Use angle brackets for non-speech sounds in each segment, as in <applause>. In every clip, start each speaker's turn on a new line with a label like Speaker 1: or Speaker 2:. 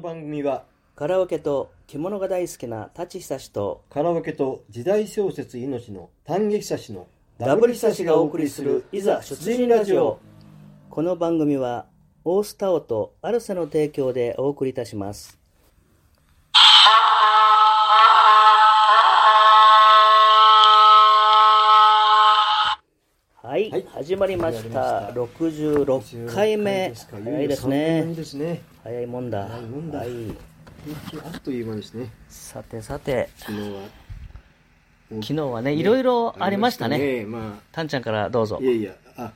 Speaker 1: 番組は
Speaker 2: カラオケと着物が大好きな舘久志と
Speaker 1: カラオケと時代小説命の丹劇差しの
Speaker 2: ダブル久志がお送りするいざ出陣ラジオこの番組はオースタオとアルセの提供でお送りいたしますはい、
Speaker 1: はい
Speaker 2: 始まりまし
Speaker 1: 始ま
Speaker 2: た
Speaker 1: り
Speaker 2: 66回目早いですね
Speaker 1: ですね
Speaker 2: 早いもんだ
Speaker 1: 早いもんだ
Speaker 2: はい、
Speaker 1: あっという間ですね
Speaker 2: さてさて
Speaker 1: 昨日は
Speaker 2: 昨日はねいろいろありましたね
Speaker 1: ま
Speaker 2: タンちゃんからどうぞ
Speaker 1: あいやいやあ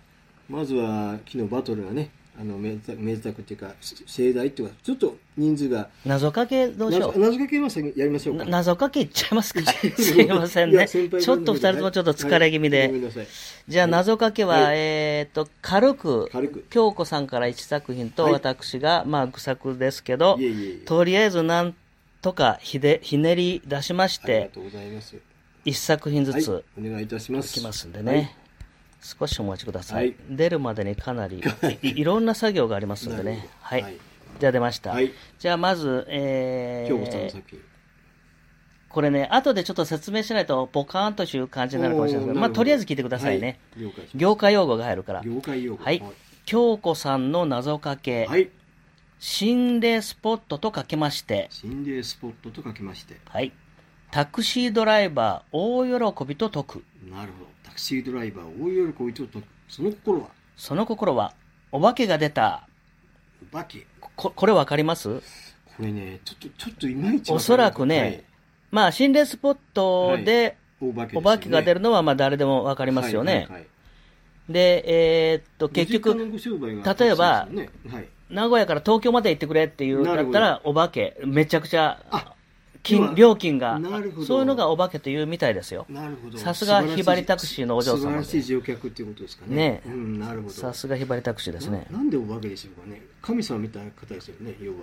Speaker 1: まずは昨日バトルがねあの名作名作っていうかし盛大っていうかちょっと人数が
Speaker 2: 謎かけどうし
Speaker 1: 謎
Speaker 2: よう
Speaker 1: 謎かけは先やりましょう
Speaker 2: な
Speaker 1: か
Speaker 2: 謎かけいっちゃいますか <laughs> すいません
Speaker 1: い
Speaker 2: ね。
Speaker 1: や
Speaker 2: ち
Speaker 1: 先輩
Speaker 2: ょっと二人ともちょっと疲れ気味
Speaker 1: はいごめ
Speaker 2: で。
Speaker 1: んなさい
Speaker 2: じゃあ謎かけは、
Speaker 1: はい
Speaker 2: えーっと、軽く、
Speaker 1: 軽く
Speaker 2: 京子さんから1作品と
Speaker 1: はい
Speaker 2: 私が、まあ、愚作ですけど
Speaker 1: いえいえいえ、
Speaker 2: とりあえずなんとかひで、ひねり出しまし
Speaker 1: ありが
Speaker 2: て、
Speaker 1: とうございます
Speaker 2: 1作品ず
Speaker 1: は
Speaker 2: つ
Speaker 1: い、お願いいたしま
Speaker 2: い
Speaker 1: す
Speaker 2: きますんでね。少しお待ちくださ
Speaker 1: はいい。
Speaker 2: 出るまでにか
Speaker 1: <laughs>
Speaker 2: なり、いいろんな作業がありますんで
Speaker 1: なる
Speaker 2: ね
Speaker 1: ほど。
Speaker 2: は
Speaker 1: はい
Speaker 2: い。じゃあ出ました
Speaker 1: はい。
Speaker 2: じゃあまず、えー
Speaker 1: 京子さんの作品、
Speaker 2: これね、後でちょっと説明しないと、ポカーンという感じになるかもしれない
Speaker 1: おー
Speaker 2: ですけど、
Speaker 1: なる
Speaker 2: ま
Speaker 1: ほ
Speaker 2: あ、
Speaker 1: ど
Speaker 2: とりあえず聞いてくださいね。
Speaker 1: はい了解しま
Speaker 2: 業界用語が入るから
Speaker 1: す。業界用語
Speaker 2: はい。京子さんの謎かけ、
Speaker 1: はい
Speaker 2: 心霊スポットとかけまして、
Speaker 1: 心霊スポットと書きまして
Speaker 2: はい。タクシードライバー大喜びと解く。
Speaker 1: なるほどタクシードライバー大喜びととその心は
Speaker 2: その心は、お化けが出た。
Speaker 1: お化け
Speaker 2: ここれわかります
Speaker 1: これねちょっとちょっといまいち
Speaker 2: おそらくね、まあ、心霊スポットで、
Speaker 1: はい、お化けですよ
Speaker 2: お
Speaker 1: ね
Speaker 2: 化けが出るのは、まあ、誰でもわかりますよ
Speaker 1: はい
Speaker 2: ね
Speaker 1: はい。はい
Speaker 2: で、えーっと、結
Speaker 1: 身近
Speaker 2: 局、
Speaker 1: なご商売が
Speaker 2: 例えば
Speaker 1: そうですよねはい
Speaker 2: 名古屋から東京まで行ってくれっていう
Speaker 1: な
Speaker 2: だ
Speaker 1: る
Speaker 2: っ
Speaker 1: ほど
Speaker 2: たら、お化け、めちゃくちゃ
Speaker 1: あ要は
Speaker 2: 金料金が
Speaker 1: なるほど
Speaker 2: そういうのがお化けというみたいですよ。
Speaker 1: なるほど
Speaker 2: さすが
Speaker 1: 素晴らしい
Speaker 2: ひばりタクシーのお嬢様
Speaker 1: 素晴らしい乗客っていうことですかね
Speaker 2: ねえ
Speaker 1: うんなるほど
Speaker 2: さすがひばりタクシーですね。
Speaker 1: ななんでお化けでしょうかね神様みたいな方ですよね要は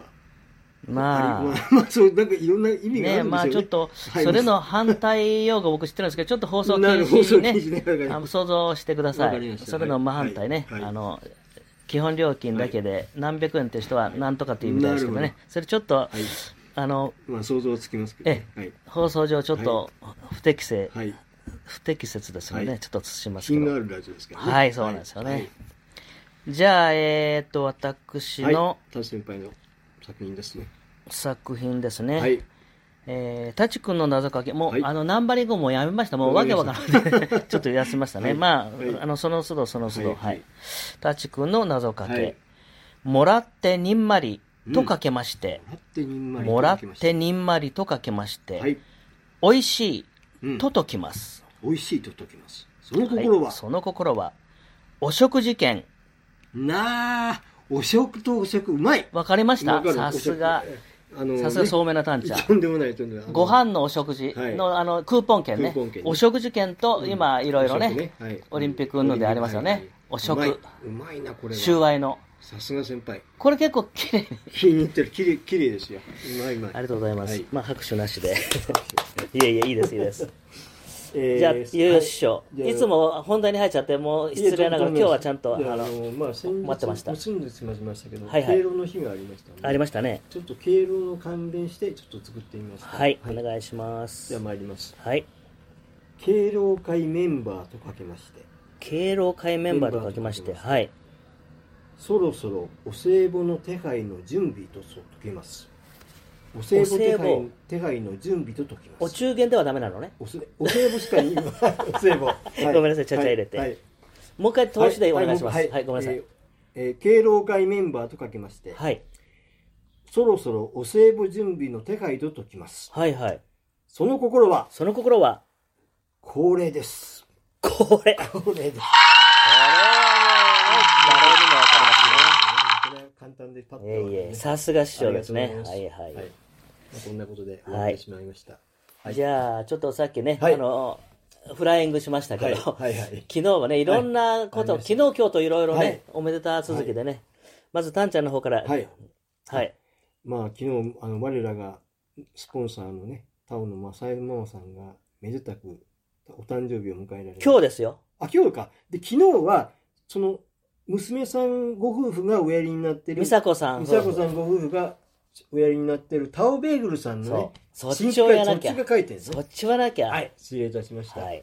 Speaker 2: ま
Speaker 1: ま
Speaker 2: あ、
Speaker 1: あ、まあ、そう、なんかいろんな意味がある
Speaker 2: ね
Speaker 1: んですよね。
Speaker 2: まあちょっと、
Speaker 1: はい
Speaker 2: それの反対用語僕知ってるんですけど、ちょっと放送禁
Speaker 1: なるほど放送
Speaker 2: 止
Speaker 1: 禁止ねわかり
Speaker 2: ね、
Speaker 1: ました
Speaker 2: あの想像してくだ
Speaker 1: わ
Speaker 2: さ
Speaker 1: かりま
Speaker 2: い。
Speaker 1: した
Speaker 2: それの真反対ね、
Speaker 1: はいはい
Speaker 2: あの、基本料金だけで何百円っていう人は何とかっていうみたいですけど
Speaker 1: なる
Speaker 2: ね
Speaker 1: ほ、
Speaker 2: それちょっと、
Speaker 1: はい。
Speaker 2: あの、
Speaker 1: まあ、想像はつきますけど、
Speaker 2: え
Speaker 1: ね。
Speaker 2: え、放送上ちょっと不適正、
Speaker 1: はい。はい。
Speaker 2: 不適切ですので、
Speaker 1: はい
Speaker 2: ちょっとしますけ
Speaker 1: 品
Speaker 2: ど
Speaker 1: があ。るラジオですからね。
Speaker 2: はい、そうなんですよね。
Speaker 1: はい
Speaker 2: じゃあ、えーっと、私
Speaker 1: はい。
Speaker 2: の
Speaker 1: 田先輩の作品ですね。
Speaker 2: 作品ですね。
Speaker 1: はい。
Speaker 2: えー、タチ君の謎かけ、もう、
Speaker 1: はい
Speaker 2: あの、ナンバリングもうやめました。もう、
Speaker 1: わ
Speaker 2: わ
Speaker 1: かり
Speaker 2: け
Speaker 1: ま
Speaker 2: わ
Speaker 1: した
Speaker 2: からなく
Speaker 1: <laughs>
Speaker 2: て、ちょっと休みましたね。
Speaker 1: はい
Speaker 2: まあ、
Speaker 1: はい
Speaker 2: あの、その都度、その都度、
Speaker 1: は
Speaker 2: はいい。
Speaker 1: はい
Speaker 2: タチ君の謎かけ、
Speaker 1: はい
Speaker 2: もらってにんまりとかけまして、
Speaker 1: もらってにんまり
Speaker 2: もらっ
Speaker 1: きました
Speaker 2: てにんまりとかけまして、
Speaker 1: はい。
Speaker 2: 美味しい
Speaker 1: うん。
Speaker 2: と解きます。
Speaker 1: 美味しいと解きます。その心は、
Speaker 2: い、その心は、お食事券、
Speaker 1: なあ、お食とお食、うまい
Speaker 2: わかりまし
Speaker 1: わ
Speaker 2: た
Speaker 1: かる
Speaker 2: さすが
Speaker 1: お、食あの
Speaker 2: さすがそうめなタンちゃん
Speaker 1: ね。とんでもない、とんでもない。
Speaker 2: ご飯のお食事
Speaker 1: はい
Speaker 2: の,、あのクーポン券ね
Speaker 1: クーポン券ね
Speaker 2: お食事券と今いろいろね,、
Speaker 1: お食はい
Speaker 2: オリンピック運動でありますよね、
Speaker 1: うま
Speaker 2: お
Speaker 1: い
Speaker 2: 食
Speaker 1: うまいな、これは。
Speaker 2: 収賄の
Speaker 1: さすが先輩。
Speaker 2: これ結構綺麗に
Speaker 1: 気に入ってる。きれい、きれいですよ。うまいうまい。
Speaker 2: ありがとうございます、
Speaker 1: はい
Speaker 2: まあ拍手なしで <laughs> いやいやいいですいいです
Speaker 1: えー
Speaker 2: じゃあいよいよ師匠、
Speaker 1: はい
Speaker 2: い、つも本題に入っちゃってもう失礼ながら今日はちゃんとあ
Speaker 1: いや
Speaker 2: の
Speaker 1: あの、まあ、先日
Speaker 2: 待ってました
Speaker 1: 住んでしまいましたけど、
Speaker 2: はいはい
Speaker 1: 敬老の日がありましたので
Speaker 2: ありましたね
Speaker 1: ちょっと敬老の関連して、ちょっと作ってみました。
Speaker 2: はい、お願いしま
Speaker 1: じゃ
Speaker 2: す
Speaker 1: あ参ります。
Speaker 2: はい
Speaker 1: 敬老会メンバーとかけまして、
Speaker 2: 敬老会メンバーと書きまして
Speaker 1: メンバ
Speaker 2: はい
Speaker 1: そろそろお歳暮の手配の準備と解きます。お歳
Speaker 2: 歳
Speaker 1: 暮
Speaker 2: 暮
Speaker 1: 手配手配の準備と解きます。
Speaker 2: お中元ではダメなのね
Speaker 1: おすお歳暮しか言い <laughs> お歳暮、は
Speaker 2: ごめんなさいちゃちゃ入れて
Speaker 1: はいはい
Speaker 2: もう一回投資でお願いします
Speaker 1: は
Speaker 2: はいい、ごめんなさい、
Speaker 1: えーえー敬老会メンバーと書きまして、
Speaker 2: はい、
Speaker 1: そろそろお歳暮準備の手配と解きます。
Speaker 2: はいはい
Speaker 1: その心は、
Speaker 2: その心は
Speaker 1: 恒例です。
Speaker 2: こ
Speaker 1: 恒例
Speaker 2: れ
Speaker 1: です。
Speaker 2: これはもうね誰にもわかりま
Speaker 1: これは簡単でパッと
Speaker 2: す
Speaker 1: わかるね、
Speaker 2: ね。いえいえ、さすが師匠です
Speaker 1: あり
Speaker 2: ね
Speaker 1: が。とうご
Speaker 2: は
Speaker 1: ざ
Speaker 2: い
Speaker 1: います
Speaker 2: はい。
Speaker 1: まあこんなことで終わってしまいました。はい
Speaker 2: じゃあ、ちょっとさっきね、
Speaker 1: はい
Speaker 2: あの、フライングしましたけ
Speaker 1: はい、
Speaker 2: ど、
Speaker 1: はい、はい。
Speaker 2: 昨日はね、いろんなこと、
Speaker 1: はいありました
Speaker 2: 昨日今日といろいろね、
Speaker 1: はい
Speaker 2: おめでた続きでね、まず、たんちゃんの方から、
Speaker 1: は
Speaker 2: はい。
Speaker 1: い。まあ、昨日、あの、我らが、スポンサーのね、タオの正江ママさんが、めでたく、お誕生日を迎えられました
Speaker 2: 今日ですよ。
Speaker 1: あ、今日か。で、昨日は、その、娘さんご夫婦がおやりになってる。
Speaker 2: 美佐子さん
Speaker 1: 美
Speaker 2: 夫
Speaker 1: 佐
Speaker 2: 婦
Speaker 1: 子さんご夫婦がおやりになってるタオベーグルさんのね
Speaker 2: そう。そっちをや
Speaker 1: そ
Speaker 2: ら
Speaker 1: っ
Speaker 2: なきゃ
Speaker 1: ち。が書いてるんです
Speaker 2: そ
Speaker 1: ね
Speaker 2: っちはなきゃ。
Speaker 1: はい失礼いたしました
Speaker 2: はい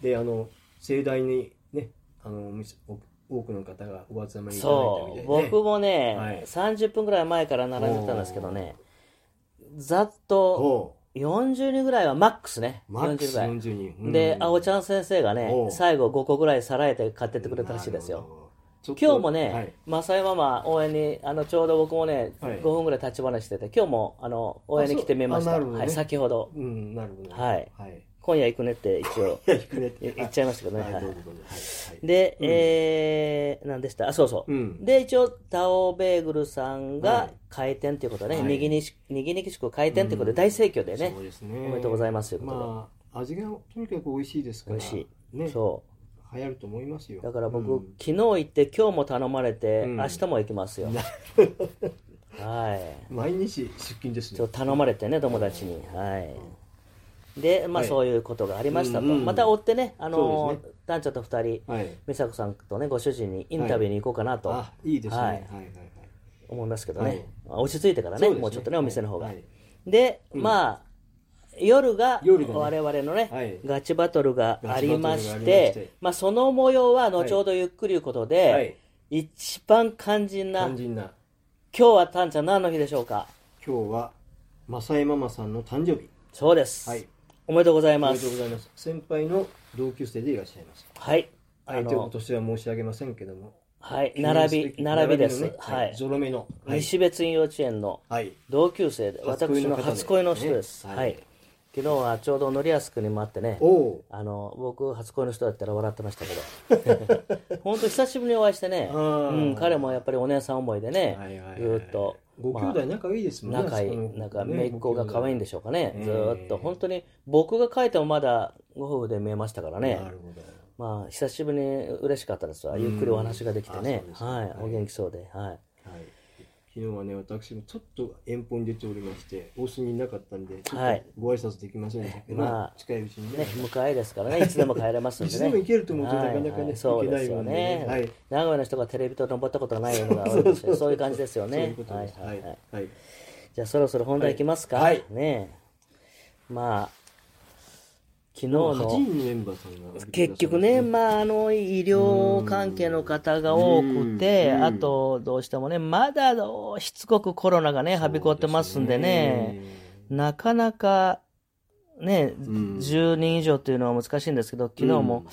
Speaker 1: であの盛大にねあのみすお多くの方がお集まりいただい
Speaker 2: そ
Speaker 1: た
Speaker 2: う、
Speaker 1: みたいで、ね、
Speaker 2: 僕もね、
Speaker 1: はい
Speaker 2: 30分ぐらい前から並んでたんですけどね、ざっと
Speaker 1: お
Speaker 2: 40人ぐらいはマックスね。
Speaker 1: マック
Speaker 2: 40
Speaker 1: ス
Speaker 2: ぐらい。
Speaker 1: 40人、
Speaker 2: で、あお
Speaker 1: ゃ
Speaker 2: ちゃん先生が
Speaker 1: お
Speaker 2: ね
Speaker 1: う、
Speaker 2: 最後5個ぐらいさらえて買ってってくれたらしいですよ。今日もね、
Speaker 1: はい、
Speaker 2: 正山ママ応援に、あの、ちょうど僕もね、
Speaker 1: はい
Speaker 2: 5分ぐらい立ち話してて、今日も、あの、応援に来てみまし
Speaker 1: あそ
Speaker 2: た。
Speaker 1: うあなるほどね
Speaker 2: はい、先ほど、
Speaker 1: うんなるほど
Speaker 2: はい
Speaker 1: はい
Speaker 2: 今夜行くねって一応
Speaker 1: いや行くねって
Speaker 2: 言っちゃいましたけどね。
Speaker 1: はい
Speaker 2: はい
Speaker 1: どうぞどうぞはいはい
Speaker 2: で、
Speaker 1: うん
Speaker 2: えー、何でしたあ、そうそう。
Speaker 1: うん
Speaker 2: で、一応、タオベーグルさ
Speaker 1: は
Speaker 2: んが
Speaker 1: い
Speaker 2: 開店ということね、
Speaker 1: はい
Speaker 2: 右にし、右にきしく開店ということで、
Speaker 1: うん
Speaker 2: 大盛況でね
Speaker 1: そう、ですね
Speaker 2: おめでとうございますということで
Speaker 1: まあ味がとにかく美味しいですから
Speaker 2: 美味し
Speaker 1: いね
Speaker 2: そ
Speaker 1: 流行ると思いますよ
Speaker 2: う。だから僕、
Speaker 1: うん
Speaker 2: 昨日行って、今日も頼まれて、
Speaker 1: うん
Speaker 2: 明日も行きますよ。 <laughs> はい。
Speaker 1: 毎日出勤ですね
Speaker 2: ちょっと頼まれてね、友達に。はい。で、まあ、
Speaker 1: はい
Speaker 2: そういうことがありましたと。
Speaker 1: うんうん
Speaker 2: また追ってね、あの
Speaker 1: そう
Speaker 2: ー、団長と二人、
Speaker 1: はい
Speaker 2: 美佐子さんとね、ご主人にインタビューに行こうかなと
Speaker 1: あいいですね
Speaker 2: は
Speaker 1: はいいはいはい
Speaker 2: 思いますけど
Speaker 1: はい
Speaker 2: ね。まあ落ち着いてからね、
Speaker 1: そです
Speaker 2: もうちょっとね、お店の方が
Speaker 1: は。い
Speaker 2: で、
Speaker 1: うん
Speaker 2: まあ、夜が、
Speaker 1: 夜がね
Speaker 2: 我々のね、
Speaker 1: はい
Speaker 2: ガチバトルがありまし
Speaker 1: ガチバ
Speaker 2: て、
Speaker 1: トルがあ
Speaker 2: ま
Speaker 1: りまして
Speaker 2: あ、その模様は後ほどゆっくりいうことで、
Speaker 1: はい
Speaker 2: 一番肝心な、
Speaker 1: 肝
Speaker 2: 今
Speaker 1: 心な
Speaker 2: 日はたんちゃん何の日でしょうか
Speaker 1: 今日は正江ママさんの誕生日
Speaker 2: そうです、
Speaker 1: はい
Speaker 2: おめでとうござい
Speaker 1: おめ
Speaker 2: ま
Speaker 1: でとうご
Speaker 2: す。
Speaker 1: ざいます先輩の同級生でいらっしゃいます
Speaker 2: はい。あ
Speaker 1: 相手を
Speaker 2: の、
Speaker 1: としては申し上げませんけども
Speaker 2: はい、並び、並びです。
Speaker 1: 並のね
Speaker 2: はい。
Speaker 1: ゾロ目のはい
Speaker 2: 西別院幼稚園の
Speaker 1: はい
Speaker 2: 同級生で、
Speaker 1: 初
Speaker 2: 私
Speaker 1: 恋の
Speaker 2: の
Speaker 1: 方で
Speaker 2: 初恋の人です。
Speaker 1: ね
Speaker 2: は、
Speaker 1: はいい
Speaker 2: 昨日はちょうど乗安くにも会ってね、
Speaker 1: おお
Speaker 2: あの僕初恋の人だったら笑ってましたけど <laughs> 本当久しぶりにお会いしてね、
Speaker 1: あー
Speaker 2: うん、彼もやっぱりお姉さん思いでね、ずーっと
Speaker 1: ご兄弟仲いいですもん
Speaker 2: まあ
Speaker 1: ね
Speaker 2: 仲いい
Speaker 1: あそこの
Speaker 2: なんか
Speaker 1: ね
Speaker 2: 姪っ子が可愛いんで
Speaker 1: し
Speaker 2: しょうかね、
Speaker 1: えー
Speaker 2: ずーっと本当に僕が書いてもまだご夫婦で見えましたからね
Speaker 1: なるほど
Speaker 2: まあ久しぶりに嬉しかったですわゆっくりお話ができてね
Speaker 1: うんあそう
Speaker 2: は
Speaker 1: ですね
Speaker 2: いお元気そうではい
Speaker 1: はい、昨日はね、私もちょっと遠方に出ておりまして、お住みになかったんで、ちょ
Speaker 2: は
Speaker 1: っ
Speaker 2: い
Speaker 1: とご挨拶できませんでしたけど、
Speaker 2: まあ
Speaker 1: 近いうちにね
Speaker 2: ね、迎えですからねいつでも帰れますん
Speaker 1: <laughs> い
Speaker 2: で
Speaker 1: つ
Speaker 2: ね
Speaker 1: でも行けると思うと、
Speaker 2: は
Speaker 1: ないかなか
Speaker 2: は
Speaker 1: ね、
Speaker 2: いそ
Speaker 1: 行
Speaker 2: う
Speaker 1: けな
Speaker 2: で
Speaker 1: い
Speaker 2: す
Speaker 1: も
Speaker 2: よ
Speaker 1: んね
Speaker 2: ね。
Speaker 1: はい、
Speaker 2: 名古屋の人がテレビと登ったことがないようなのが多いですけどそういう感じですよ
Speaker 1: そういう
Speaker 2: ね
Speaker 1: こと
Speaker 2: はい
Speaker 1: です。は
Speaker 2: はい
Speaker 1: い
Speaker 2: はい、
Speaker 1: はい、
Speaker 2: じゃあそろそろ本題いきますか、
Speaker 1: はいはい
Speaker 2: ねえまあ昨日
Speaker 1: もう8
Speaker 2: の
Speaker 1: 人のメンバーさんが
Speaker 2: 結局ね、まあ、あの医療関係の方が多くて、
Speaker 1: うんうん
Speaker 2: あとどうしてもね、まだどうしつこくコロナがね、はびこってますんでね、なかなかね、
Speaker 1: ん
Speaker 2: 10人以上というのは難しいんですけど、昨日も、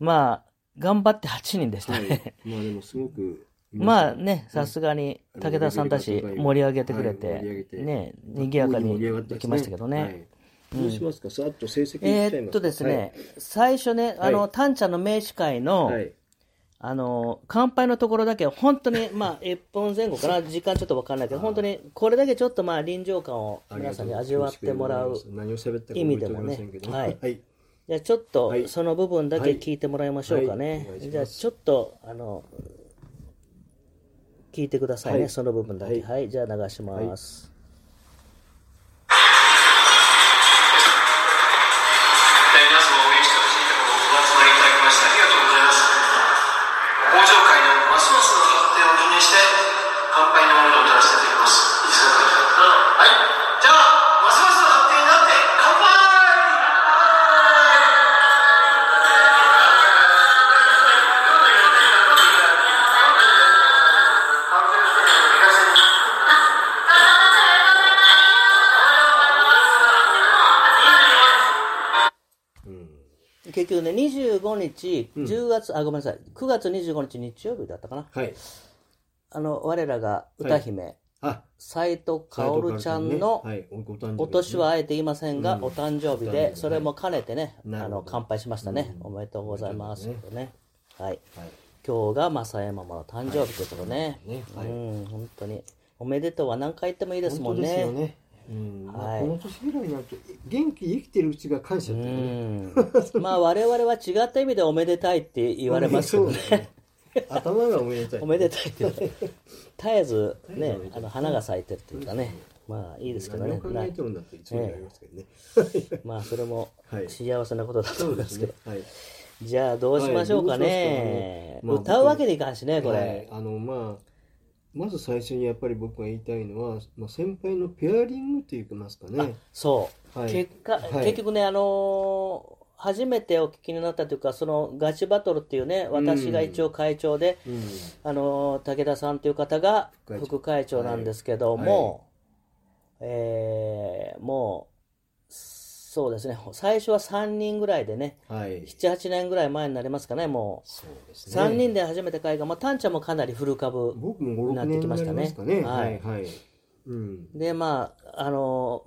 Speaker 1: うん
Speaker 2: まあ、頑張って8人でした
Speaker 1: は
Speaker 2: ね。 <laughs>
Speaker 1: い、まあでもすごく皆さん、
Speaker 2: まあね、さすがに
Speaker 1: うん
Speaker 2: 武田さんたち盛り上げてくれて、
Speaker 1: はい盛り上げて
Speaker 2: ね、賑やかに
Speaker 1: 盛り上がった
Speaker 2: で
Speaker 1: ですね
Speaker 2: きましたけどね。
Speaker 1: はいどうしますか、さっと成績言
Speaker 2: え
Speaker 1: っちゃいますか
Speaker 2: ーっとですね、、最初ね、あの、
Speaker 1: は
Speaker 2: タンちゃんの名司会の、
Speaker 1: はいはい
Speaker 2: あの、乾杯のところだけ、本当に、まあ、1分前後か <laughs> な、時間ちょっとわかんないけど、本当に、これだけちょっとまあ、臨場感を皆さんに味わってもらう。
Speaker 1: 何を喋ったか
Speaker 2: 意味でも
Speaker 1: 覚
Speaker 2: ね
Speaker 1: えておりませんけど
Speaker 2: はい
Speaker 1: はい
Speaker 2: じゃあ、ちょっと
Speaker 1: は、い
Speaker 2: その部分だけ聞いてもらいましょうかね。
Speaker 1: はいはいお願いします
Speaker 2: じゃあ、ちょっと、あの、聞いてくださいね、
Speaker 1: はい
Speaker 2: その部分だけ。は、
Speaker 1: はいい
Speaker 2: じゃあ、流します。
Speaker 3: えー皆様応援してほしいところをお集まりいただきましてありがとうございます工場会のますますの発展を記念して乾杯の温度を照らしていただきますいいですかはいじゃあますますの発展になって乾杯
Speaker 2: 結局ね、25日、10月、あ、ごめんなさい、9月25日日曜日だったかな。
Speaker 1: はい。
Speaker 2: あの、我らが歌姫、
Speaker 1: あ、
Speaker 2: 斎、藤薫ちゃん
Speaker 1: ね
Speaker 2: の、
Speaker 1: はい、おご誕生日ですね
Speaker 2: お年はあえて言いませんが、
Speaker 1: うん
Speaker 2: お誕生日
Speaker 1: お誕生日
Speaker 2: で
Speaker 1: は、い
Speaker 2: それも兼ねてね、
Speaker 1: な
Speaker 2: あ
Speaker 1: るほど
Speaker 2: の、乾杯しましたね。
Speaker 1: うん
Speaker 2: おめでとうございます。
Speaker 1: おめでと
Speaker 2: ね。はい。
Speaker 1: はい。
Speaker 2: 今日が正山ママの誕生日ということね。
Speaker 1: ねはい
Speaker 2: うん、本当に。おめでとうは何回言ってもいいですも
Speaker 1: 本当
Speaker 2: んね。
Speaker 1: ですよね。うん。
Speaker 2: はい
Speaker 1: この年ぐらいになると、元気生きてるうちが感謝
Speaker 2: う
Speaker 1: だよね。
Speaker 2: ん。まあ、我々は違った意味でおめでたいって言われますけどね。
Speaker 1: そうだよね。 <laughs> 頭がおめでたい。
Speaker 2: <laughs> おめでたいって言うと絶えずね
Speaker 1: 絶えずおめで、たい
Speaker 2: あの、花が咲いてるというかね。まあ、いいですけど
Speaker 1: 何
Speaker 2: ね
Speaker 1: を。考
Speaker 2: な
Speaker 1: え
Speaker 2: い
Speaker 1: てるんだっていつも言われますけどね。
Speaker 2: まあ、それも
Speaker 1: はい
Speaker 2: 幸せなことだと
Speaker 1: <laughs> そ
Speaker 2: 思
Speaker 1: う
Speaker 2: いま
Speaker 1: ですす
Speaker 2: け
Speaker 1: ね
Speaker 2: ど。。
Speaker 1: はい。
Speaker 2: じゃあどうしましょう
Speaker 1: はいどうしますか
Speaker 2: かね。
Speaker 1: ねまあ
Speaker 2: 歌うわけにいかんしね、これ。
Speaker 1: はいあの、まあ、まず最初にやっぱり僕が言いたいのは、まあ、先輩のペアリングと言いますかね。
Speaker 2: そう。
Speaker 1: はい、
Speaker 2: 結果、
Speaker 1: はい
Speaker 2: 結局ね、あのー初めてお聞きになったというか、そのガチバトルっていうね、
Speaker 1: うん
Speaker 2: 私が一応会長で、
Speaker 1: うん、
Speaker 2: あのー武田さんという方が
Speaker 1: 副会長
Speaker 2: 副会長なんですけども、えーもう、そうですね、最初は3人ぐらいでね、
Speaker 1: はい。
Speaker 2: 7、8年ぐらい前になりますかね、も
Speaker 1: そうです
Speaker 2: う、
Speaker 1: ね。
Speaker 2: 3人で初めて会が、まあ、タンちゃんもかなり古株
Speaker 1: 僕も5、6
Speaker 2: なって
Speaker 1: 年
Speaker 2: き
Speaker 1: に
Speaker 2: ま
Speaker 1: な
Speaker 2: し
Speaker 1: り
Speaker 2: たね
Speaker 1: ますかね。
Speaker 2: は
Speaker 1: はいい、はい。うん。
Speaker 2: で、まあ、あの、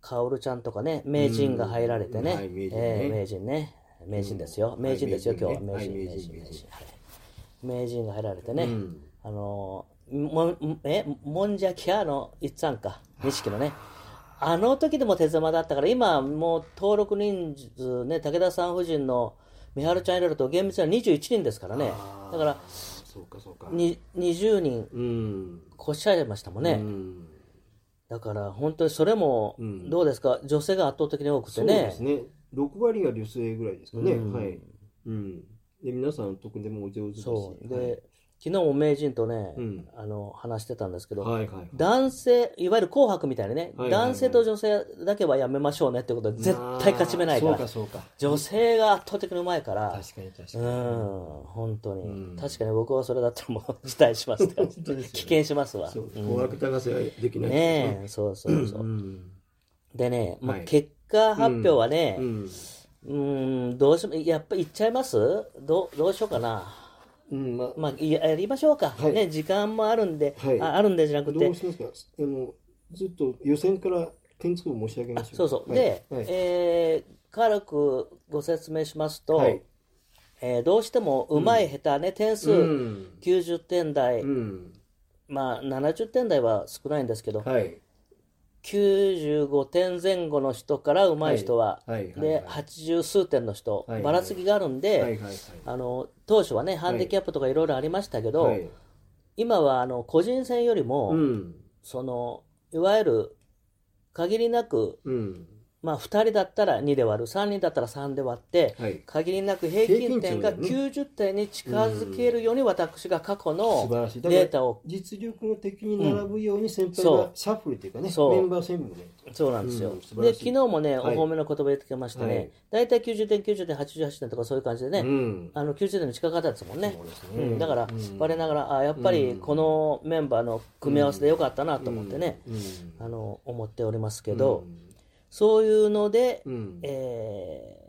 Speaker 2: カオルちゃんとかね、名人が入られてね。
Speaker 1: うんはい名人ね
Speaker 2: ええ名人ね。名人ですよ。
Speaker 1: うん
Speaker 2: 名人ですよ、
Speaker 1: はい
Speaker 2: 今日は。
Speaker 1: 名
Speaker 2: 名人、
Speaker 1: 人ね
Speaker 2: 名人、
Speaker 1: はい名人
Speaker 2: 名人。はい名人が入られてね。
Speaker 1: うん
Speaker 2: あの、もん、え、もんじゃきゃの一さんか。錦のね。あの時でも手狭だったから、今もう登録人数ね、武田さん夫人の美晴ちゃん入れると厳密には21人ですからね。だから、
Speaker 1: そうか、そうか。
Speaker 2: に20人
Speaker 1: うん。
Speaker 2: こしちゃいましたもんね。
Speaker 1: うん。
Speaker 2: だから本当にそれも
Speaker 1: うん
Speaker 2: どうですか、女性が圧倒的に多くて
Speaker 1: そうで
Speaker 2: ね
Speaker 1: す。ね。6割が女性ぐらいですかね。
Speaker 2: うん
Speaker 1: はい。うん。で、皆さん、特にでもお上手ですし。
Speaker 2: そうで、
Speaker 1: はい
Speaker 2: 昨日も名人とね、
Speaker 1: うん
Speaker 2: あの話してたんですけど、
Speaker 1: はいはいはい。
Speaker 2: 男性、いわゆる紅白みたいにね、
Speaker 1: はいはい
Speaker 2: 男性と女性だけはやめましょうねってことで、絶対勝ち目ないか
Speaker 1: そう
Speaker 2: ら、
Speaker 1: かそうか。
Speaker 2: 女性が圧倒的にうまいから、
Speaker 1: 確かに確か
Speaker 2: うん、
Speaker 1: に。
Speaker 2: 本当に、
Speaker 1: うん
Speaker 2: 確かに僕はそれだったらもう辞退
Speaker 1: <laughs>
Speaker 2: しますから、
Speaker 1: 本当ですよね
Speaker 2: 危険しますわ。
Speaker 1: そう、
Speaker 2: うん
Speaker 1: 高額高せはできないです
Speaker 2: ねえ、そうそうそう。
Speaker 1: うん。
Speaker 2: でね、まあ
Speaker 1: はい
Speaker 2: 結果発表はね、
Speaker 1: うん。
Speaker 2: うーん、どうしよう、やっぱ行っちゃいますどう、どうしようかな。
Speaker 1: うん、まあ、
Speaker 2: まあ、いややりましょうか。
Speaker 1: はい
Speaker 2: ね、時間もあるんで、
Speaker 1: はい
Speaker 2: あ、あるんでじゃなく
Speaker 1: ど
Speaker 2: て
Speaker 1: う、しますかあの、ずっと予選から点数を申し上げましょう。
Speaker 2: そうそう。
Speaker 1: はい
Speaker 2: で、
Speaker 1: はい
Speaker 2: えー軽くご説明しますと、
Speaker 1: はい
Speaker 2: えーどうしても、うまい、下手ね、点数、
Speaker 1: うん。
Speaker 2: 90点台、
Speaker 1: うん。
Speaker 2: まあ、70点台は少ないんですけど、
Speaker 1: はい。
Speaker 2: 95点前後の人からうまい人は、
Speaker 1: はいはいはい
Speaker 2: で、80数点の人、
Speaker 1: はいはい
Speaker 2: ばらつきがあるん
Speaker 1: は
Speaker 2: で、
Speaker 1: いはいはい。
Speaker 2: あの当初はね、ハンディキャップとかいろいろありましたけど、
Speaker 1: はい
Speaker 2: 今はあの個人戦よりも、
Speaker 1: うん。
Speaker 2: そのいわゆる限りなく、
Speaker 1: うん。
Speaker 2: まあ、2人だったら2で割る、3人だったら3で割って、
Speaker 1: はい。
Speaker 2: 限りなく平均点が
Speaker 1: 平均値
Speaker 2: 90点に近づけるように、私が過去
Speaker 1: 素
Speaker 2: の
Speaker 1: 晴らしい。だから
Speaker 2: データを、
Speaker 1: 実力の敵に並ぶように先輩
Speaker 2: そう
Speaker 1: がシャッフルというかね、
Speaker 2: そう
Speaker 1: メンバー選ぶね。
Speaker 2: そうなんですよ、
Speaker 1: うん素晴
Speaker 2: で
Speaker 1: らし
Speaker 2: 昨
Speaker 1: い
Speaker 2: 日もね、
Speaker 1: はい
Speaker 2: お褒めの言葉言ってきました
Speaker 1: は
Speaker 2: ね
Speaker 1: い、
Speaker 2: 大体90点、90点、88点とかそういう感じでね、
Speaker 1: うん。
Speaker 2: あの90点に近かったですもんね。
Speaker 1: そうです
Speaker 2: うん、だから
Speaker 1: うん
Speaker 2: 我ながら、あやっぱりこのメンバーの組み合わせでよかったなと思ってね、
Speaker 1: うん。
Speaker 2: あの思っておりますけど、そういうので、
Speaker 1: うん。
Speaker 2: えー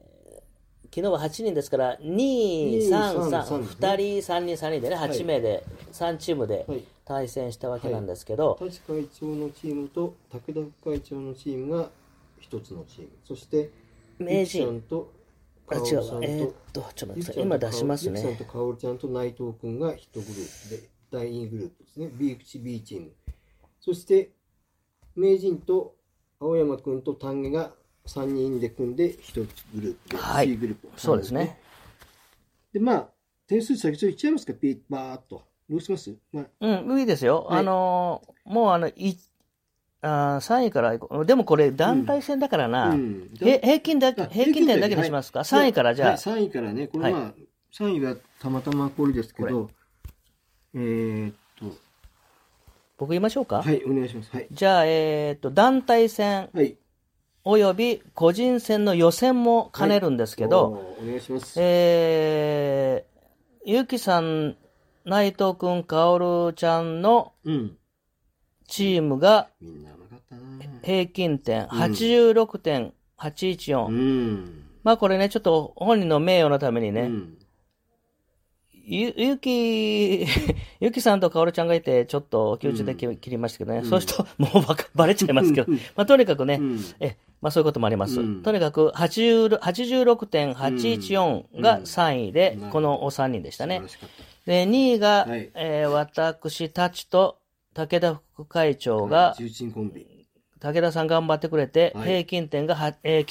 Speaker 2: 昨日は8人ですから2、3、3、
Speaker 1: 三
Speaker 2: 2人、3人、3人でね
Speaker 1: い
Speaker 2: 8名で、3チームで
Speaker 1: はい。
Speaker 2: 対戦したわけなんですけど、
Speaker 1: 田地会長のチームと武田副会長のチームが一つのチームそして
Speaker 2: 名
Speaker 1: ゆきさ
Speaker 2: 人、
Speaker 1: んと
Speaker 2: あ
Speaker 1: カ
Speaker 2: 違
Speaker 1: オル
Speaker 2: う
Speaker 1: さん
Speaker 2: わ、えーっ
Speaker 1: と
Speaker 2: と、ちょっと待っ
Speaker 1: ゆ
Speaker 2: て
Speaker 1: きさん
Speaker 2: ください、今出します
Speaker 1: ゆきさん
Speaker 2: ね
Speaker 1: と。カオルちゃんと内藤君が一グループで第2グループですね B 口 B チームそして名人と青山君と丹下が3人で組んで一グループで、
Speaker 2: はい
Speaker 1: C グループ
Speaker 2: そうですね。
Speaker 1: でまあ点数先ほど言っちゃいますかピーバーっとどうします、まあ、
Speaker 2: うん、いいですよ。
Speaker 1: はい
Speaker 2: あのーもうあの、い、あー3位からいこう、でもこれ団体戦だからな、
Speaker 1: うん
Speaker 2: へ平均だ
Speaker 1: あ
Speaker 2: 平均点だけにしますか、3位からじゃあ、
Speaker 1: 3位からね、こ
Speaker 2: は
Speaker 1: れ
Speaker 2: い
Speaker 1: まあ、3位がたまたまこれですけど、えーっと、
Speaker 2: 僕言いましょうか、
Speaker 1: はい、お願いします。はい。
Speaker 2: じゃあ、えーっと、団体戦
Speaker 1: はい。
Speaker 2: および個人戦の予選も兼ねるんですけど、
Speaker 1: おー、お願いします。
Speaker 2: えー、ゆきさん、内藤くん、かおるちゃんの
Speaker 1: うん。
Speaker 2: チームが
Speaker 1: みんな甘かったな
Speaker 2: 平均点86.814。
Speaker 1: うん。
Speaker 2: まあこれね、ちょっと本人の名誉のためにね、
Speaker 1: うん。
Speaker 2: ゆ、ゆき、 <laughs> ゆきさんとかおるちゃんがいて、ちょっと、気打ちで切切りましたけどね。そうすると、もうばか、ばれちゃいます
Speaker 1: <laughs>
Speaker 2: けど。まあ、とにかくね、
Speaker 1: うん
Speaker 2: え、まあ、そういうこともあります。
Speaker 1: うん
Speaker 2: とにかく、80 86.814が
Speaker 1: うん
Speaker 2: 3位で、
Speaker 1: うん
Speaker 2: このお3人でしたね
Speaker 1: 素晴ら。しかった
Speaker 2: で、2位が、
Speaker 1: はい
Speaker 2: えー私たちと、武田副会長
Speaker 1: は
Speaker 2: が
Speaker 1: い、重鎮コンビ。
Speaker 2: 武田さん頑張ってくれて、
Speaker 1: はい
Speaker 2: 平均点がは、えー、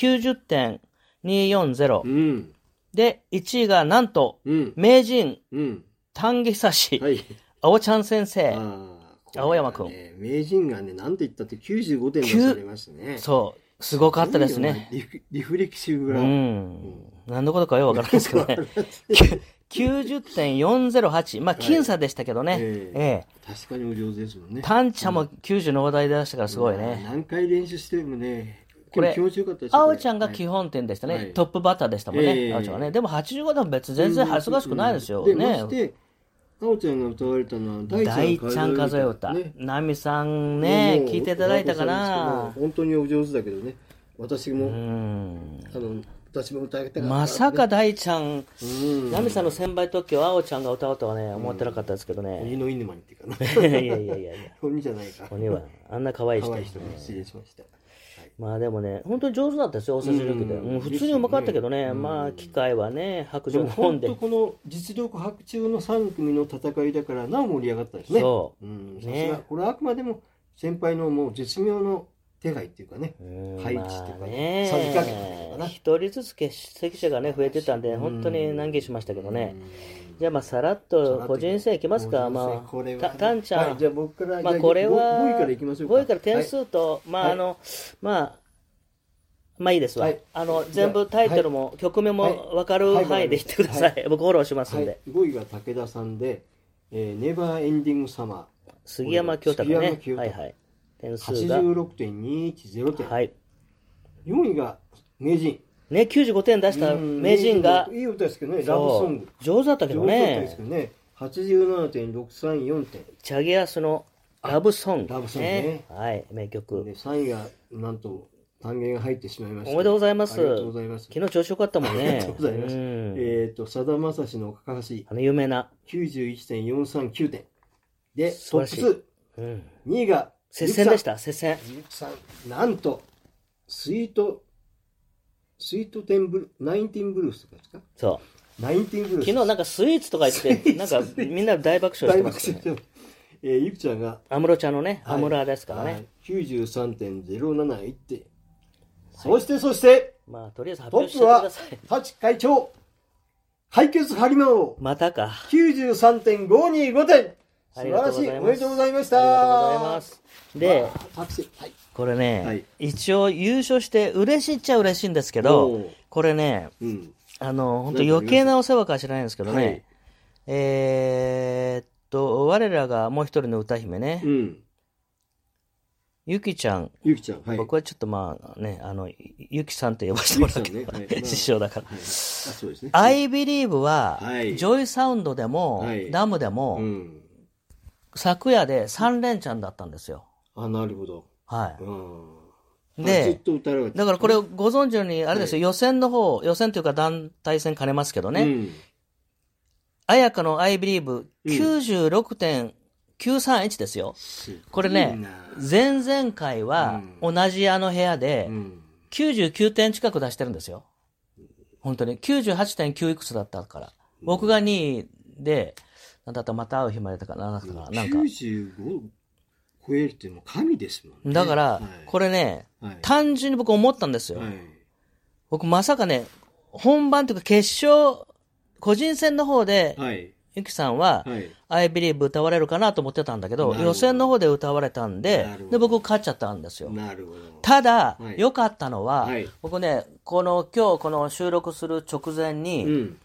Speaker 2: 90.240、
Speaker 1: うん。
Speaker 2: で、1位が、なんと、
Speaker 1: うん。
Speaker 2: 名人、
Speaker 1: うん。
Speaker 2: 丹下久志、
Speaker 1: はい。
Speaker 2: 青ちゃん先生、
Speaker 1: あー
Speaker 2: 青山君
Speaker 1: これはね名人がね、なんて言ったって95点出されましたね。
Speaker 2: そう、すごかったですね。
Speaker 1: リフ。リフレキシブ
Speaker 2: う
Speaker 1: ラ。 <laughs>
Speaker 2: ん。何のことかよくわからないですけどね。 90.408。まあ、僅差でしたけどね。
Speaker 1: はい
Speaker 2: え
Speaker 1: え
Speaker 2: え
Speaker 1: 確かにお上手ですもんね。
Speaker 2: 単車も90の話題出したからすごい
Speaker 1: うん
Speaker 2: ね。
Speaker 1: 何回練習してもね、
Speaker 2: これ
Speaker 1: 気持ちよかったですよ
Speaker 2: 青ちゃんが基本点でしたね、
Speaker 1: はい
Speaker 2: トップバッターでしたもんね、
Speaker 1: ええ
Speaker 2: 青ちゃんはね。でも85でも別に全然恥ずかしくないですよ。
Speaker 1: で、ま
Speaker 2: ね
Speaker 1: し。て、青ちゃんが歌われたのは
Speaker 2: 大ちゃん数え歌。
Speaker 1: た
Speaker 2: ね、ナミさんね、聞いていただいたかな。
Speaker 1: 本当にお上手だけどね。私も、
Speaker 2: うん。
Speaker 1: あの、私も歌いたかった。
Speaker 2: まさか大ちゃん、
Speaker 1: うん。
Speaker 2: ナミさんの千倍特許を青ちゃんが歌うとはね、思ってなかったですけどね。
Speaker 1: 鬼の犬マンっていうかな。
Speaker 2: い <laughs> やいやいやいや。
Speaker 1: 鬼じゃないか。
Speaker 2: 鬼は、あんな可愛い人
Speaker 1: 可。愛い人も失礼しました。はい
Speaker 2: まあでもね、本当に上手だったですよ、お世辞抜きで。
Speaker 1: うん
Speaker 2: もう普通にうまかったけどね、まあ機械はね、白
Speaker 1: で
Speaker 2: 状
Speaker 1: も
Speaker 2: の本
Speaker 1: 本
Speaker 2: で
Speaker 1: 当。この実力白昼の3組の戦いだからなお盛り上がったですね。。
Speaker 2: そう
Speaker 1: ん、
Speaker 2: ね
Speaker 1: さすがこれはあくまでも先輩のもう絶妙の手配っていうかね。
Speaker 2: うーん
Speaker 1: 配置っていうかね
Speaker 2: まあ
Speaker 1: さじ加減っていうのかな
Speaker 2: 一人ずつ欠席者がね、増えてたんで、本当に難儀しましたけどね。じゃあまあさらっと個人戦いきますか、ま
Speaker 1: これ
Speaker 2: あ、た
Speaker 1: は、
Speaker 2: たんちゃ
Speaker 1: はい、じゃ
Speaker 2: ん。
Speaker 1: あ僕から、
Speaker 2: まあこれは、
Speaker 1: 5位からいきましょうか。
Speaker 2: 5位から点数と、まああの、まあ、まあいいですわ
Speaker 1: はい。
Speaker 2: あの、全部タイトルも曲名もわかる
Speaker 1: はい
Speaker 2: 範囲で言ってくださ。
Speaker 1: はい
Speaker 2: 僕フォローします
Speaker 1: は
Speaker 2: ん
Speaker 1: い、はい
Speaker 2: で。、
Speaker 1: 5位が武田さんで、えーネバーエンディングサマ
Speaker 2: 杉山清隆
Speaker 1: 杉
Speaker 2: ね
Speaker 1: 山。清
Speaker 2: はい
Speaker 1: 貴
Speaker 2: はい。点
Speaker 1: ー、
Speaker 2: 数が。
Speaker 1: 86.210点。
Speaker 2: はい。
Speaker 1: 4位が名人。
Speaker 2: ね、95点出した
Speaker 1: うん
Speaker 2: 名人が、
Speaker 1: いい歌ですけどね、ラブソング。
Speaker 2: そう上手だったけど
Speaker 1: 上手だったです
Speaker 2: ね
Speaker 1: け、どね、87.634点。
Speaker 2: チャゲアスのラブソング、
Speaker 1: ラブソングね
Speaker 2: はい、名曲。
Speaker 1: で3位がなんと単元が入ってしまいました。
Speaker 2: おめでとうございます
Speaker 1: ありがとうございます。
Speaker 2: 昨日調子よかったもんね。
Speaker 1: ありがとうございます。
Speaker 2: うん
Speaker 1: えっ、と、さだまさしの高橋、
Speaker 2: あの有名な、
Speaker 1: 91.439点。で、
Speaker 2: 素晴
Speaker 1: ト
Speaker 2: ら
Speaker 1: ッ
Speaker 2: し
Speaker 1: プ
Speaker 2: い
Speaker 1: 2、
Speaker 2: うん
Speaker 1: 2位が、
Speaker 2: 接戦でした、接戦。
Speaker 1: ゆきさん。ゆきさん、なんと、スイート、スイートテンブル、ナインティンブルースとかですか
Speaker 2: そう。
Speaker 1: ナインティンブルース。
Speaker 2: 昨日なんかスイーツとか言って、なんかみんな大爆笑して
Speaker 1: 大
Speaker 2: ま
Speaker 1: 爆
Speaker 2: した
Speaker 1: 笑し。
Speaker 2: ね
Speaker 1: てます <laughs> えー、ゆきちゃんが、
Speaker 2: 安室ちゃんのね、
Speaker 1: はい
Speaker 2: 安室ですから
Speaker 1: は
Speaker 2: ね
Speaker 1: い。93.071点。そして、そして、
Speaker 2: まあ、とりあえず発
Speaker 1: ト
Speaker 2: 表し
Speaker 1: ップ
Speaker 2: てく
Speaker 1: は
Speaker 2: ださい。、
Speaker 1: ハチ会長、敗血張り魔王、
Speaker 2: またか。
Speaker 1: 93.525点。
Speaker 2: あ
Speaker 1: 素晴
Speaker 2: り
Speaker 1: ら
Speaker 2: がとう
Speaker 1: し
Speaker 2: ござい
Speaker 1: い。
Speaker 2: ます
Speaker 1: おめでとうございまし
Speaker 2: あ
Speaker 1: た。
Speaker 2: りがとうございま。す。で、
Speaker 1: 拍手。はい。
Speaker 2: これね、
Speaker 1: はい
Speaker 2: 一応優勝して嬉しいっちゃ嬉しいんですけ
Speaker 1: お
Speaker 2: ど
Speaker 1: う、
Speaker 2: これね、
Speaker 1: うん。
Speaker 2: あの、本当余計なお世話かもしれないんですけどね、
Speaker 1: はい
Speaker 2: えーっと、我らがもう一人の歌姫ね、
Speaker 1: うん。
Speaker 2: ゆきちゃん、
Speaker 1: ゆきちゃん、はい。
Speaker 2: 僕はちょっとまあね、あの、ゆきさんって呼ばせてもらうけ
Speaker 1: ゆき
Speaker 2: ど、
Speaker 1: さんねはいまあ
Speaker 2: <laughs> 師匠だから。
Speaker 1: はいあ、そうですね。
Speaker 2: I Believe は、
Speaker 1: はい
Speaker 2: ジョイサウンドでも、
Speaker 1: はい
Speaker 2: ダムでも、
Speaker 1: うん。
Speaker 2: 昨夜で3連チャンだったんですよ。
Speaker 1: あ、なるほど。
Speaker 2: は
Speaker 1: うん。
Speaker 2: い。
Speaker 1: まあずっ
Speaker 2: で、
Speaker 1: と歌われ
Speaker 2: だからこれご存知のように、あれですよ、予選の方、予選というか団体戦兼ねますけどね、
Speaker 1: うん。
Speaker 2: 綾香の I Believe、96.931ですよ。これね
Speaker 1: いいな、
Speaker 2: 前々回は同じあの部屋で
Speaker 1: うん。
Speaker 2: 99点近く出してるんですよ。本当に。98.9いくつだったから。僕が2位で、なんだったまた会う日までだから、なんだったかななんか。
Speaker 1: 95超えるってもう神ですもんね。
Speaker 2: だから
Speaker 1: はい、
Speaker 2: これね、
Speaker 1: はい
Speaker 2: 単純に僕思ったんですよ
Speaker 1: は。い。
Speaker 2: 僕まさかね、本番というか決勝、個人戦の方で、
Speaker 1: はい。
Speaker 2: ゆきさんは、
Speaker 1: はい。
Speaker 2: I Believe 歌われるかなと思ってたんだけど、
Speaker 1: なるほど
Speaker 2: 予選の方で歌われたんで
Speaker 1: なるほ、ど
Speaker 2: で、僕勝っちゃったんですよ。
Speaker 1: なるほど。
Speaker 2: ただ
Speaker 1: は、い
Speaker 2: 良かったのは
Speaker 1: はい、
Speaker 2: 僕ね、この今日この収録する直
Speaker 1: う
Speaker 2: 前に、
Speaker 1: ん。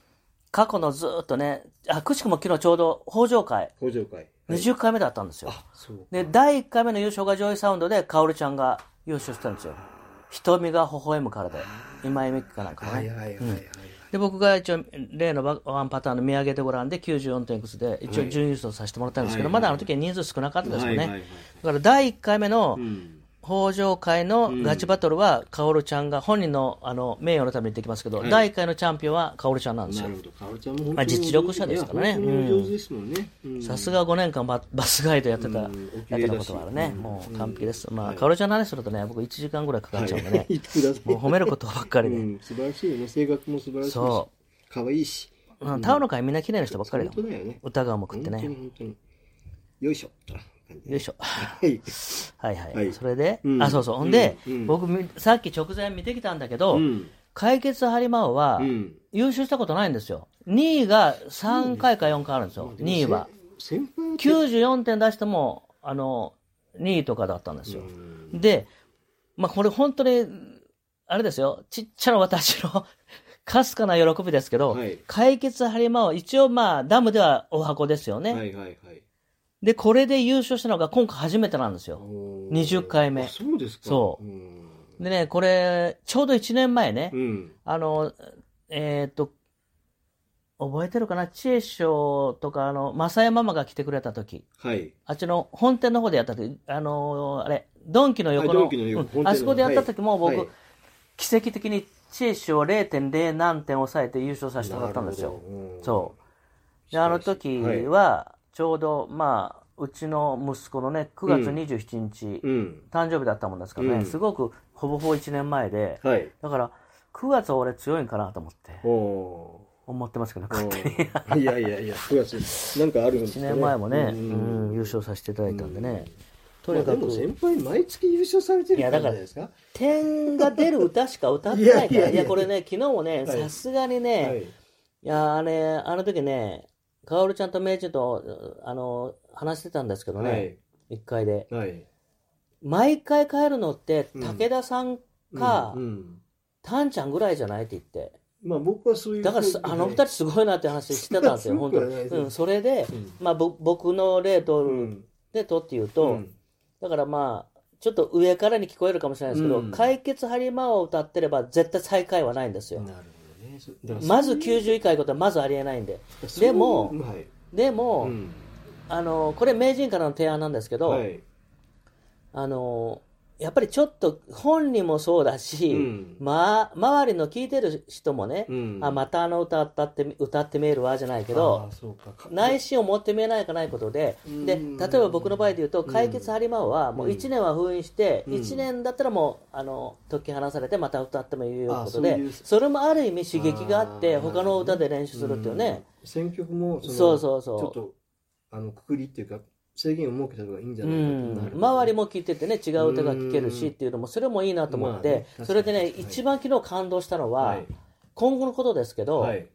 Speaker 2: 過去のずーっとね、あ、くしくも昨日ちょうど北条会、
Speaker 1: 工場会。
Speaker 2: 20回目だったんですよ。
Speaker 1: そう。
Speaker 2: で、第1回目の優勝がジョイサウンドで、カオルちゃんが優勝したんですよ。瞳が微笑むからで、今井美樹かなんか
Speaker 1: は
Speaker 2: ね
Speaker 1: い。はいはいはいはい。
Speaker 2: で、僕が一応、例のバワンパターンの見上げてごらんで94点いくつで、一応準優勝させてもらったんですけど、
Speaker 1: はい
Speaker 2: まだあの時は人数少なかったですよね。
Speaker 1: はいはいはい
Speaker 2: だから第1回目の
Speaker 1: うん。
Speaker 2: 北条会のガチバトルは、カオルちゃんが、本人のあの名誉のために言ってきますけど、
Speaker 1: はい
Speaker 2: 第1回のチャンピオンはカオルちゃんなんです
Speaker 1: な
Speaker 2: よ
Speaker 1: る。ほど。かおちゃんも本当に
Speaker 2: まあ実力者ですからね
Speaker 1: いや本当にお上手ですもんね。うん
Speaker 2: さすが5年間ババスガイドやってた、やっ
Speaker 1: んお綺麗だして
Speaker 2: たことはあるね。もう完璧です。まあ、
Speaker 1: はい
Speaker 2: カオルちゃんの話するとね、僕1時間ぐらいかかっちゃうんでね。
Speaker 1: 言ってください。
Speaker 2: もう褒めることばっかりで。
Speaker 1: うん、素晴らしいよね。性格も素晴らしいし。
Speaker 2: そ
Speaker 1: 可愛いし。
Speaker 2: うん、タオの会みんな綺麗な人ばっかり
Speaker 1: 本
Speaker 2: だも
Speaker 1: 当
Speaker 2: ん。
Speaker 1: だよね。
Speaker 2: 歌がうまく
Speaker 1: 本
Speaker 2: って
Speaker 1: 当に
Speaker 2: ね。
Speaker 1: 本当に。よいしょ。
Speaker 2: よいしょ。
Speaker 1: はい。
Speaker 2: はいはい。
Speaker 1: はい
Speaker 2: それで、
Speaker 1: うん
Speaker 2: あ、そうそう。ほんで、
Speaker 1: うんうん
Speaker 2: 僕み、さっき直前見てきたんだけど、
Speaker 1: うん。
Speaker 2: 解決ハリマオは、
Speaker 1: うん。
Speaker 2: 優勝したことないんですよ。2位が3回か4回あるんですよ。2位は。
Speaker 1: せ。先輩の
Speaker 2: 94点出しても、あの、2位とかだったんですよ
Speaker 1: う。ん
Speaker 2: で、まあ、これ本当に、あれですよ、ちっちゃな私の <laughs> かすかな喜びですけど、
Speaker 1: はい
Speaker 2: 解決ハリマを一応まあ、ダムではお箱ですよね。
Speaker 1: はいはいはい。
Speaker 2: で、これで優勝したのが今回初めてなんですよ。
Speaker 1: おー
Speaker 2: 20回目
Speaker 1: あそうですか。
Speaker 2: そう
Speaker 1: う
Speaker 2: でね、これ、ちょうど1年前ね、
Speaker 1: ん。うん。
Speaker 2: あの、えーっと、覚えてるかな知恵師匠とか、あの、正江ママが来てくれた時、
Speaker 1: はい。
Speaker 2: あっちの本店の方でやった時、あの、あれ、ドンキの横
Speaker 1: あ
Speaker 2: の、
Speaker 1: ドンキの横
Speaker 2: うん
Speaker 1: 本店の
Speaker 2: あそこでやった時も僕、
Speaker 1: はい。
Speaker 2: 奇跡的に知恵師匠を0.0何点抑えて優勝させてもらったんですよ。。そうう。で、あの時は、ちょうど、まあ、うちの息子のね、9月27日、
Speaker 1: うん。
Speaker 2: 誕生日だったもんですからね、
Speaker 1: うん
Speaker 2: すごくほぼほぼ1年前で、
Speaker 1: はい。
Speaker 2: だから9月は俺強いんかなと思って、
Speaker 1: おお
Speaker 2: 思ってますけど、
Speaker 1: ー。
Speaker 2: 勝手に。
Speaker 1: おーいやいやいや、9月、なんかあるんです
Speaker 2: 1
Speaker 1: かね
Speaker 2: 年前もね、
Speaker 1: う
Speaker 2: うん
Speaker 1: ん
Speaker 2: 優勝させていただいたんでね、と
Speaker 1: まあ
Speaker 2: に
Speaker 1: で
Speaker 2: か
Speaker 1: も
Speaker 2: く、
Speaker 1: 先輩、毎月優勝されてる
Speaker 2: いや
Speaker 1: から
Speaker 2: だ
Speaker 1: じ
Speaker 2: か
Speaker 1: ゃ
Speaker 2: ら
Speaker 1: ないですか。
Speaker 2: 点が出る歌しか歌って
Speaker 1: いや
Speaker 2: ないから、
Speaker 1: いやいや
Speaker 2: いや、これね、昨日も
Speaker 1: は
Speaker 2: ね、
Speaker 1: い
Speaker 2: さすがにね、、
Speaker 1: はいい。
Speaker 2: や、あれ、あの時ね、カオルちゃんとメイちゃんと、あの、話してたんですけど
Speaker 1: は
Speaker 2: ね、
Speaker 1: い。
Speaker 2: 一1回で。
Speaker 1: はい。
Speaker 2: 毎回帰るのって、
Speaker 1: うん
Speaker 2: 武田さんか、
Speaker 1: うんうん
Speaker 2: タンちゃんぐらいじゃないって言って。
Speaker 1: まあ僕はそういう。
Speaker 2: だからす、あの二人すごいなって話してたん
Speaker 1: <laughs>
Speaker 2: です
Speaker 1: す
Speaker 2: よ、
Speaker 1: ご
Speaker 2: 本
Speaker 1: く
Speaker 2: 当
Speaker 1: は
Speaker 2: に
Speaker 1: ないです。
Speaker 2: うん、それで、
Speaker 1: うん
Speaker 2: まあ、ぼ僕の例
Speaker 1: う
Speaker 2: と、
Speaker 1: ん
Speaker 2: でとっていうと、
Speaker 1: うん
Speaker 2: だからまあ、ちょっと上からに聞こえるかもしれないですけど、
Speaker 1: うん
Speaker 2: 解決ハリマを歌ってれば絶対最下位はないんですよ。
Speaker 1: なるほどねそだから
Speaker 2: まず90以下いうことはまずありえないんで。
Speaker 1: そういう
Speaker 2: でも
Speaker 1: はい
Speaker 2: でも、
Speaker 1: うん
Speaker 2: あの、これ名人からの提案なんですけど、
Speaker 1: はい
Speaker 2: あの、やっぱりちょっと本人もそうだし、
Speaker 1: うん
Speaker 2: まあ、周りの聞いてる人もね、
Speaker 1: うん
Speaker 2: あ、またあの歌歌ってみ、歌ってみるわじゃないけ
Speaker 1: あ
Speaker 2: ど、
Speaker 1: ーそうかか
Speaker 2: 内心を持って見えないかないことで、
Speaker 1: うん
Speaker 2: で、例えば僕の場合で言うと、
Speaker 1: うん
Speaker 2: 解決ハリマウは、もう1年は封印して、
Speaker 1: うん
Speaker 2: 1年だったらもう、あの、解き放されて、また歌ってもいいよこと
Speaker 1: あそう
Speaker 2: で
Speaker 1: いう、
Speaker 2: それもある意味刺激があって、
Speaker 1: あー
Speaker 2: 他の歌で練習するっていうね。
Speaker 1: うん選曲もの
Speaker 2: そうそうそう
Speaker 1: ちょっとあのくくりっていうか制限を設けた方がいいんじゃ
Speaker 2: う
Speaker 1: ないかってなる
Speaker 2: ん、周りも聴いててね違う歌が聴けるしっていうのもそれもいいなと思っ
Speaker 1: まあ
Speaker 2: て
Speaker 1: ね、確かに
Speaker 2: それでね、
Speaker 1: はい
Speaker 2: 一番昨日感動したのは、
Speaker 1: はい
Speaker 2: 今後のことですけど、
Speaker 1: はい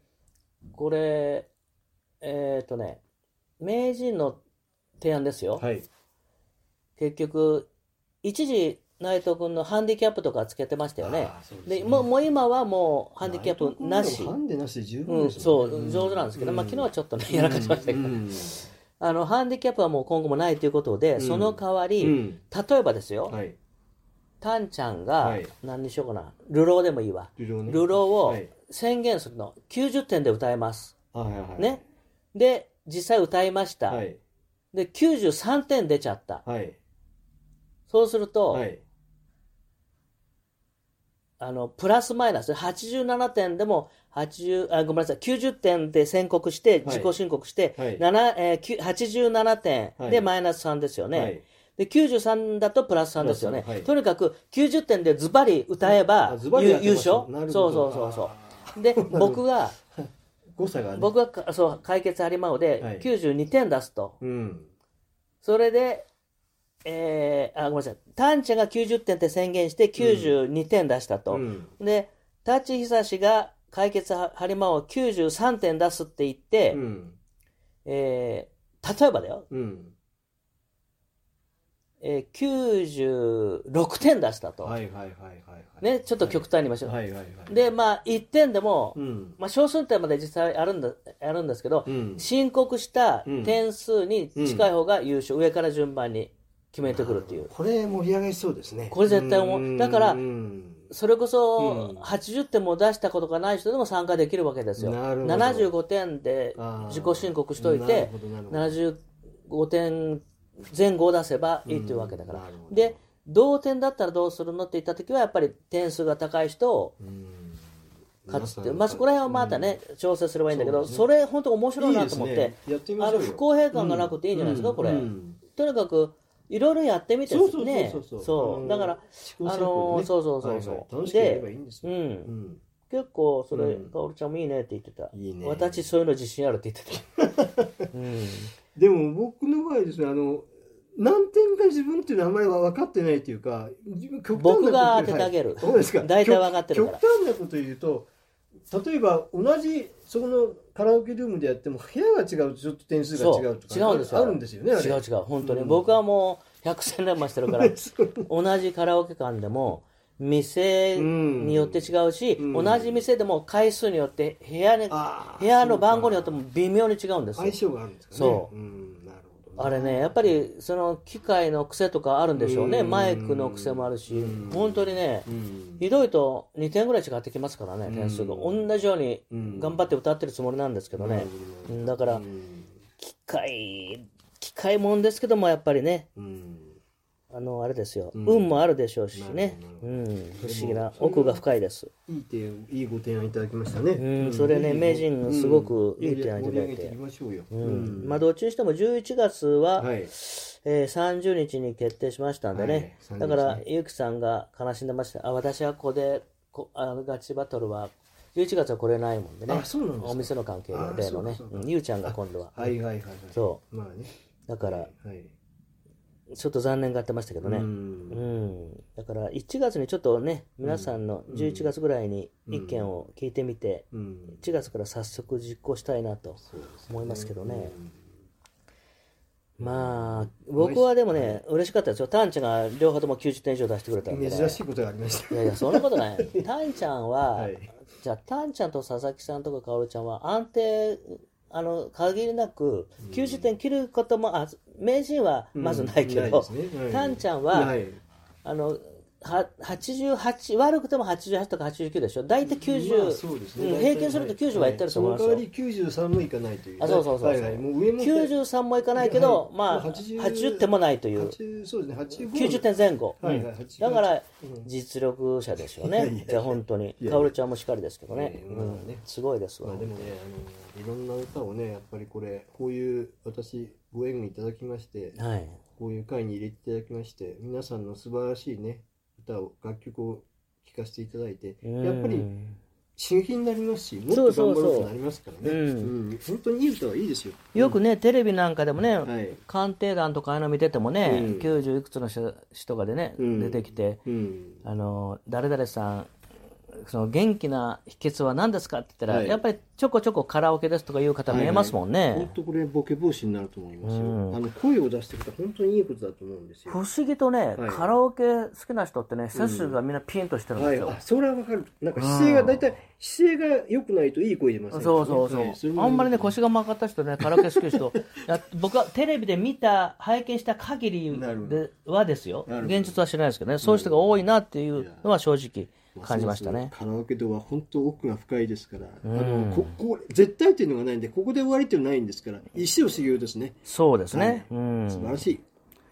Speaker 2: これえっ、とね名人の提案ですよ、
Speaker 1: はい
Speaker 2: 結局一時内藤君のハンディキャップとかつけてましたよね
Speaker 1: あーそうです
Speaker 2: で
Speaker 1: ね
Speaker 2: もうもう今はもうハンディキャッ
Speaker 1: まあ
Speaker 2: プな
Speaker 1: あ
Speaker 2: し
Speaker 1: れところでもハンデなしで十
Speaker 2: う
Speaker 1: 分
Speaker 2: ん、
Speaker 1: ですも
Speaker 2: そ
Speaker 1: んね
Speaker 2: う上手なんですけど、
Speaker 1: う
Speaker 2: まあ、昨日はちょっとねやらかしましたけど、
Speaker 1: うん
Speaker 2: あのハンディキャップはもう今後もないということで、
Speaker 1: うん
Speaker 2: その代わり、
Speaker 1: うん
Speaker 2: 例えばですよ、
Speaker 1: はい
Speaker 2: タンちゃん
Speaker 1: は
Speaker 2: が
Speaker 1: い
Speaker 2: 何にしようかな流浪でもいいわ
Speaker 1: 流浪ね
Speaker 2: 流浪を
Speaker 1: はい
Speaker 2: 宣言するの90点で歌えます
Speaker 1: はいはいはい
Speaker 2: ねで実際歌いました、
Speaker 1: はい
Speaker 2: で93点出ちゃった
Speaker 1: はい
Speaker 2: そうすると、
Speaker 1: はい
Speaker 2: あのプラスマイナス87点でも80あごめんなさい90点で宣告して
Speaker 1: はい
Speaker 2: 自己申告して、
Speaker 1: はい
Speaker 2: 7えーきゅ87点
Speaker 1: はい
Speaker 2: でマイナス3ですよね、
Speaker 1: はい
Speaker 2: で93だとプラス3ですよね、
Speaker 1: プラス三はい
Speaker 2: とにかく90点でズバリ歌えば
Speaker 1: あズバリ
Speaker 2: ゆ
Speaker 1: 当て
Speaker 2: 優
Speaker 1: ました
Speaker 2: 勝
Speaker 1: なるほ
Speaker 2: そうそ
Speaker 1: ど
Speaker 2: うそうそ
Speaker 1: あー <laughs>
Speaker 2: うで
Speaker 1: ど
Speaker 2: 僕が
Speaker 1: 誤差がね
Speaker 2: 僕がかそう解決ありまう
Speaker 1: はい
Speaker 2: で92点出すと、
Speaker 1: うん
Speaker 2: それでえー、あごめんなさいタンちゃんが90点って宣言して92点出したと、
Speaker 1: うん
Speaker 2: で、タッチヒサシが解決はハリマを93点出すって言って、
Speaker 1: うん
Speaker 2: えー例えばだよ、
Speaker 1: うん
Speaker 2: えー96点出したと、
Speaker 1: はいはいはいはいはい
Speaker 2: ね、ちょっと極端に言いましょう。
Speaker 1: はいはいはい
Speaker 2: で、まあ、1点でも、
Speaker 1: うん
Speaker 2: まあ、少数点まで実際あるんだあるんですけど、
Speaker 1: うん
Speaker 2: 申告した点数に近い方が優勝、上から順番に決めてくるっていう。
Speaker 1: これ盛り上がりそうですね
Speaker 2: これ絶対思
Speaker 1: う
Speaker 2: う
Speaker 1: ん
Speaker 2: だから
Speaker 1: うん
Speaker 2: それこ
Speaker 1: う
Speaker 2: そ
Speaker 1: ん
Speaker 2: 80点も出したことがない人でも参加できるわけですよ。
Speaker 1: なるほど
Speaker 2: 75点で
Speaker 1: あー
Speaker 2: 自己申告しとい
Speaker 1: なる
Speaker 2: て
Speaker 1: ほどなるほど
Speaker 2: 75点前後を出せばいいというわけだから
Speaker 1: うんなるほ。ど
Speaker 2: で同点だったらどうするのって言った時はやっぱり点数が高い人を
Speaker 1: うん
Speaker 2: 勝つってい
Speaker 1: 皆さ
Speaker 2: う
Speaker 1: ん
Speaker 2: まあそこら辺はまたね、調整すればいいんだけど
Speaker 1: そう
Speaker 2: そ,、
Speaker 1: ですね
Speaker 2: れ本当面白いなと思っ
Speaker 1: いい
Speaker 2: て
Speaker 1: ですねやってみまし
Speaker 2: あ
Speaker 1: ょうよ
Speaker 2: の不公平感がなくていいんじゃないですか、
Speaker 1: うん
Speaker 2: これ、
Speaker 1: うん
Speaker 2: とにかくいろいろやってみて
Speaker 1: そうそう
Speaker 2: ね
Speaker 1: そうそう
Speaker 2: そうだから、
Speaker 1: あの
Speaker 2: あのーそうそうそうそう
Speaker 1: 楽しくやればいいんですよ
Speaker 2: でうん
Speaker 1: ん
Speaker 2: 結構それ、
Speaker 1: うん
Speaker 2: かおるちゃんもいいねって言ってた
Speaker 1: いいね
Speaker 2: 私そういうの自信あるって
Speaker 1: <laughs>
Speaker 2: 言ってた、うん、
Speaker 1: でも僕の場合ですねあの何点か自分っていうのはあんまり分かってないっていうか自分極端なこと
Speaker 2: 僕が当ててあげる
Speaker 1: はいそうですか
Speaker 2: 大体分かってるから
Speaker 1: 極極端なこと言うと例えば同じそこのカラオケルームでやっても部屋が違うとちょっと点数が違うとか
Speaker 2: そう違うんですよ
Speaker 1: あるんですよねあれ
Speaker 2: 違う違う本当に、
Speaker 1: うん <laughs>
Speaker 2: 僕はもう100戦錬磨してるから
Speaker 1: そう
Speaker 2: 同じカラオケ館でも店によって違うし、
Speaker 1: うん
Speaker 2: 同じ店でも回数によって部屋に、
Speaker 1: あー
Speaker 2: 部屋の番号によっても微妙に違うんですよ
Speaker 1: 相性があるんですかね。
Speaker 2: そう
Speaker 1: うん、なるほど、
Speaker 2: あれね、やっぱりその機械の癖とかあるんでしょうね。
Speaker 1: うん
Speaker 2: マイクの癖もあるし
Speaker 1: うん、
Speaker 2: 本当にね
Speaker 1: う、ん。
Speaker 2: ひどいと2点ぐらい違ってきますからね、点数が。
Speaker 1: う
Speaker 2: 同じように
Speaker 1: うん
Speaker 2: 頑張って歌ってるつもりなんですけどね。
Speaker 1: う
Speaker 2: うんだから
Speaker 1: う、ん。
Speaker 2: 機械、機械もんですけども、やっぱりね、
Speaker 1: うん
Speaker 2: あの、あれですよ。
Speaker 1: うん
Speaker 2: 運もあるでしょうしね
Speaker 1: なる。ほ
Speaker 2: う
Speaker 1: ど
Speaker 2: ん。不思議な
Speaker 1: で、も
Speaker 2: 奥が深いです。
Speaker 1: いい提案いいご提案いただきましたね。
Speaker 2: うんそれね
Speaker 1: いい
Speaker 2: 名人すごく
Speaker 1: うん
Speaker 2: いい提案いただいて
Speaker 1: やや盛り上げていきましょうよ。
Speaker 2: うん。まあ、どっちにしても11月は、
Speaker 1: はい。
Speaker 2: えー30日に決定しましたんでね、
Speaker 1: はい
Speaker 2: だから
Speaker 1: 30日、
Speaker 2: ゆうきさんが悲しんでました、あ私はここでこあのガチバトルは、11月は来れないもんでね、
Speaker 1: あそうなんですか
Speaker 2: お店の関係
Speaker 1: あ
Speaker 2: でのね
Speaker 1: そうかそう、か
Speaker 2: うんゆうちゃんが今度は、
Speaker 1: はいはいはいはい。。
Speaker 2: そう
Speaker 1: まあね。
Speaker 2: だから、
Speaker 1: はい。
Speaker 2: ちょっと残念がってましたけどね、
Speaker 1: う
Speaker 2: うん
Speaker 1: ん
Speaker 2: だから1月にちょっとね、皆さんの
Speaker 1: うん
Speaker 2: 11月ぐらいに意見を聞いてみて、
Speaker 1: うん。
Speaker 2: 1月から早速実行したいなと。
Speaker 1: そうですね
Speaker 2: 思いますけどね
Speaker 1: うん
Speaker 2: まあ、僕はでもね、嬉しかったですよ。タンチが両方とも90点以上出してくれたんで、ね。
Speaker 1: 珍しいことがありました
Speaker 2: い。やいや、そんなこ
Speaker 1: <laughs>
Speaker 2: とない。タンちゃんは、
Speaker 1: はい
Speaker 2: じゃあ、タンちゃんと佐々木さんとかカオルちゃんは安定、あの、限りなく、90点切ることも、あ、名人はまずないけ
Speaker 1: うん
Speaker 2: ど、
Speaker 1: ですねはい
Speaker 2: タンちゃんは、
Speaker 1: い
Speaker 2: あの、は88、悪くても88とか89でしょ。大体90、
Speaker 1: まあそうですね
Speaker 2: うん平均すると90は言ってると思いますよ。
Speaker 1: はいその代わり93もいかないという。
Speaker 2: あそうそうそうそう
Speaker 1: はいはいもう上も
Speaker 2: 93もいかないけど、
Speaker 1: はい
Speaker 2: まあ、
Speaker 1: もう
Speaker 2: 80, 点もないという、
Speaker 1: 80そうですね。85
Speaker 2: 90点前後、
Speaker 1: はいはい
Speaker 2: うん
Speaker 1: 85
Speaker 2: だから、実力者ですよ
Speaker 1: いやいやい
Speaker 2: ね
Speaker 1: や、
Speaker 2: じゃあ本当に、
Speaker 1: いや
Speaker 2: カオルちゃんもしっかりですけどね、
Speaker 1: いやいやまあね
Speaker 2: うんすごいです
Speaker 1: ま
Speaker 2: わ
Speaker 1: あ、でもねあのいろんな歌をねやっぱりこれこういう私ご縁いただきまして
Speaker 2: はい、
Speaker 1: こういう会に入れていただきまして皆さんの素晴らしいね歌を楽曲を聴かせていただいて
Speaker 2: うん
Speaker 1: やっぱり刺激になりますしもっ
Speaker 2: そ
Speaker 1: と
Speaker 2: うそ
Speaker 1: 頑
Speaker 2: う
Speaker 1: 張
Speaker 2: そう
Speaker 1: ろうとなりますからね
Speaker 2: うん
Speaker 1: うん本当にいい歌はいいですよ
Speaker 2: よくね、テレビなんかでもね、
Speaker 1: はい
Speaker 2: 鑑定団とかああいうの見ててもね、
Speaker 1: うん
Speaker 2: 90いくつの人人がでね、
Speaker 1: うん
Speaker 2: 出てきて、
Speaker 1: うん
Speaker 2: あの誰々さんその元気な秘訣は何ですかって言ったら、
Speaker 1: はい
Speaker 2: やっぱりちょこちょこカラオケですとかいう方見えますもんね、
Speaker 1: 本当これボケ防止になると思いますよ、
Speaker 2: うん
Speaker 1: あの声を出してくれたら本当にいいことだと思うんですよ
Speaker 2: 不思議とね、
Speaker 1: はい
Speaker 2: カラオケ好きな人ってね背筋がみんなピンとしてるん
Speaker 1: は
Speaker 2: です
Speaker 1: い、
Speaker 2: よ、
Speaker 1: あそれはわかるなんか姿勢が大体姿勢が良くないといい声出ませんからね、
Speaker 2: そうそうそう、
Speaker 1: はいれも
Speaker 2: あんまりね腰が曲がった人ねカラオケ好き
Speaker 1: <laughs>
Speaker 2: な人いや僕はテレビで見た拝見した限り
Speaker 1: なるほど
Speaker 2: ではですよ
Speaker 1: なるほど
Speaker 2: 現実は知らないですけどねそういう人が多いなっていうのは正直感じましたね
Speaker 1: すカラオケでは本当奥が深いですから、あのここ絶対っていうのがないんでここで終わりっていうのはないんですから一生修行ですね
Speaker 2: そうですね、
Speaker 1: は
Speaker 2: う
Speaker 1: 素晴
Speaker 2: ん
Speaker 1: らし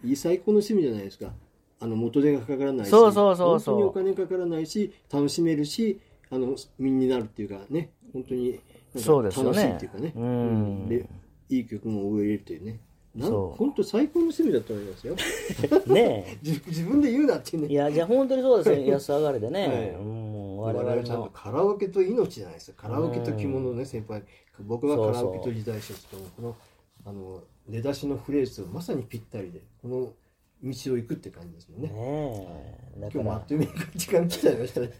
Speaker 1: いいい最高の趣味じゃないですかあの元手がかからないし
Speaker 2: そうそうそうそう
Speaker 1: 本当にお金かからないし楽しめるしあの身になるっていうかね本当になんか
Speaker 2: そうですよ
Speaker 1: 楽し
Speaker 2: ね
Speaker 1: いっていうかね
Speaker 2: うん
Speaker 1: でいい曲も覚えれるっていうねなん
Speaker 2: そう
Speaker 1: 本当最高の趣味だと思い
Speaker 2: <laughs>
Speaker 1: ますよ
Speaker 2: ね
Speaker 1: 自自分で言うなってね
Speaker 2: えいやじゃあ本当にそう
Speaker 1: <laughs>
Speaker 2: ですね安上がりでね、
Speaker 1: はい
Speaker 2: うん
Speaker 1: 我
Speaker 2: 我々
Speaker 1: 々ちゃんと
Speaker 2: の
Speaker 1: カラオケと命じゃないですかカラオケと着物ね先輩僕はカラオケと時代書とこのあの出だしのフレーズまさにぴったりでこの道を行くって感じですもんね
Speaker 2: ねえだか
Speaker 1: 今日もあ
Speaker 2: ら
Speaker 1: っという間に時間来ちゃいました <laughs> ね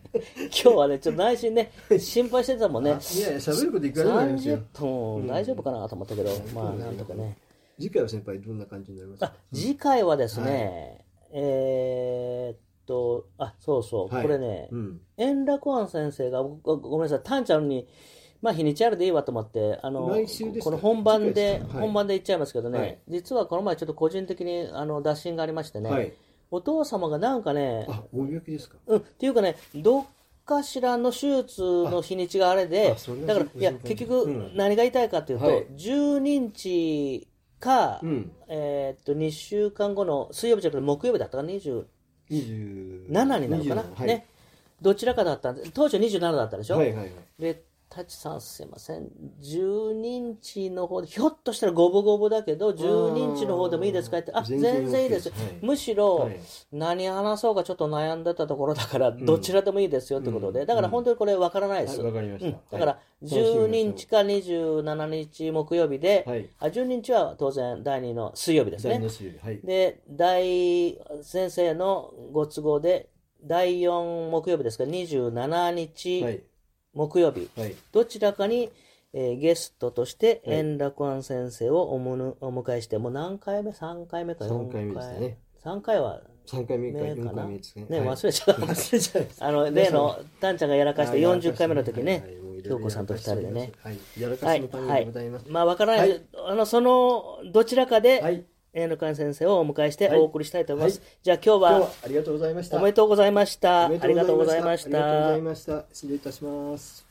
Speaker 2: 今日はねちょっと内心ね心配してたもんね
Speaker 1: いやいや喋ることいくらでもありますよ
Speaker 2: 30分大丈夫かなと思ったけど、まあなんとかね
Speaker 1: 次回は先輩どんな感じになります
Speaker 2: あ
Speaker 1: か
Speaker 2: 次回はですね、えーっとあそうそう、
Speaker 1: はい
Speaker 2: これね、
Speaker 1: うん
Speaker 2: 円楽庵先生がごごごめんなさいタンちゃんにまあ日にちあるでいいわと思ってあの
Speaker 1: 来週ですか
Speaker 2: この本番
Speaker 1: 次回
Speaker 2: で
Speaker 1: ですかはい
Speaker 2: 本番で言っちゃいますけどね、
Speaker 1: はい
Speaker 2: 実はこの前ちょっと個人的にあの打診がありましてね、
Speaker 1: はい
Speaker 2: お父様がなんかね
Speaker 1: あ大病気ですか
Speaker 2: うん、っていうかね、どっかしらの手術の日にちがあれで
Speaker 1: あそれ、は
Speaker 2: だから、
Speaker 1: そ
Speaker 2: いや、
Speaker 1: それは
Speaker 2: 結
Speaker 1: う
Speaker 2: 局
Speaker 1: ん、
Speaker 2: 何が痛いかというと、
Speaker 1: はい
Speaker 2: 12日か、
Speaker 1: うん
Speaker 2: えーっと、2週間後の水曜日じゃなくて、木曜日だったかな、27
Speaker 1: 27
Speaker 2: になるのかな、
Speaker 1: はい
Speaker 2: ね。どちらかだったんで、当初27だったでしょ、
Speaker 1: はいはいはい
Speaker 2: で、タチさんすいません、12日の方で、ひょっとしたらごぼごぼだけど、12日の方でもいいですかって、あ、
Speaker 1: 全然 OK
Speaker 2: 全然いいですよ
Speaker 1: はい。
Speaker 2: むしろ
Speaker 1: はい、
Speaker 2: 何話そうかちょっと悩んでたところだから、どちらでもいいですよってことで、だから本当にこれ分からないで
Speaker 1: はい
Speaker 2: す。
Speaker 1: わかりました
Speaker 2: うんだから、
Speaker 1: 楽しみです
Speaker 2: 12日か27日木曜日で、
Speaker 1: はい
Speaker 2: あ12日は当然第2の水曜日です
Speaker 1: 第
Speaker 2: ね
Speaker 1: 二。週はい
Speaker 2: で、第、先生のご都合で、第4木曜日ですから、27
Speaker 1: は
Speaker 2: 日
Speaker 1: い
Speaker 2: 木曜日、
Speaker 1: はい
Speaker 2: どちらかに、えーゲストとして
Speaker 1: はい
Speaker 2: 円楽庵先生をおむぬお迎えして、もう何回目 ?3 回目か
Speaker 1: 三回目ですね
Speaker 2: 4回3回は
Speaker 1: 3回目か
Speaker 2: 目
Speaker 1: 4
Speaker 2: か
Speaker 1: 回
Speaker 2: な。
Speaker 1: 目
Speaker 2: ね
Speaker 1: ですかね。はい
Speaker 2: 忘れちゃった。
Speaker 1: 忘れちゃいま <laughs> した
Speaker 2: あの、例の、タンちゃんがやらかして
Speaker 1: はい
Speaker 2: 40回目の時ね
Speaker 1: はいはいもうい、ろいろ
Speaker 2: 京子さんと二人でね。
Speaker 1: はい、やらか
Speaker 2: は
Speaker 1: し
Speaker 2: い
Speaker 1: のた、め
Speaker 2: は
Speaker 1: でござい
Speaker 2: い
Speaker 1: ます。。
Speaker 2: まあ、わからな。
Speaker 1: はい
Speaker 2: あの、その、どちらか
Speaker 1: は
Speaker 2: で、
Speaker 1: い、
Speaker 2: えのかん先生をお迎えして
Speaker 1: はい
Speaker 2: お送りしたいと思います
Speaker 1: は。
Speaker 2: じゃあ
Speaker 1: 今
Speaker 2: 今日
Speaker 1: 日
Speaker 2: は
Speaker 1: は、ありがとうございました。
Speaker 2: おめでとうございました。あ
Speaker 1: おめで
Speaker 2: りがとうございま
Speaker 1: ありがとうござい
Speaker 2: した。
Speaker 1: ました。失礼いたします。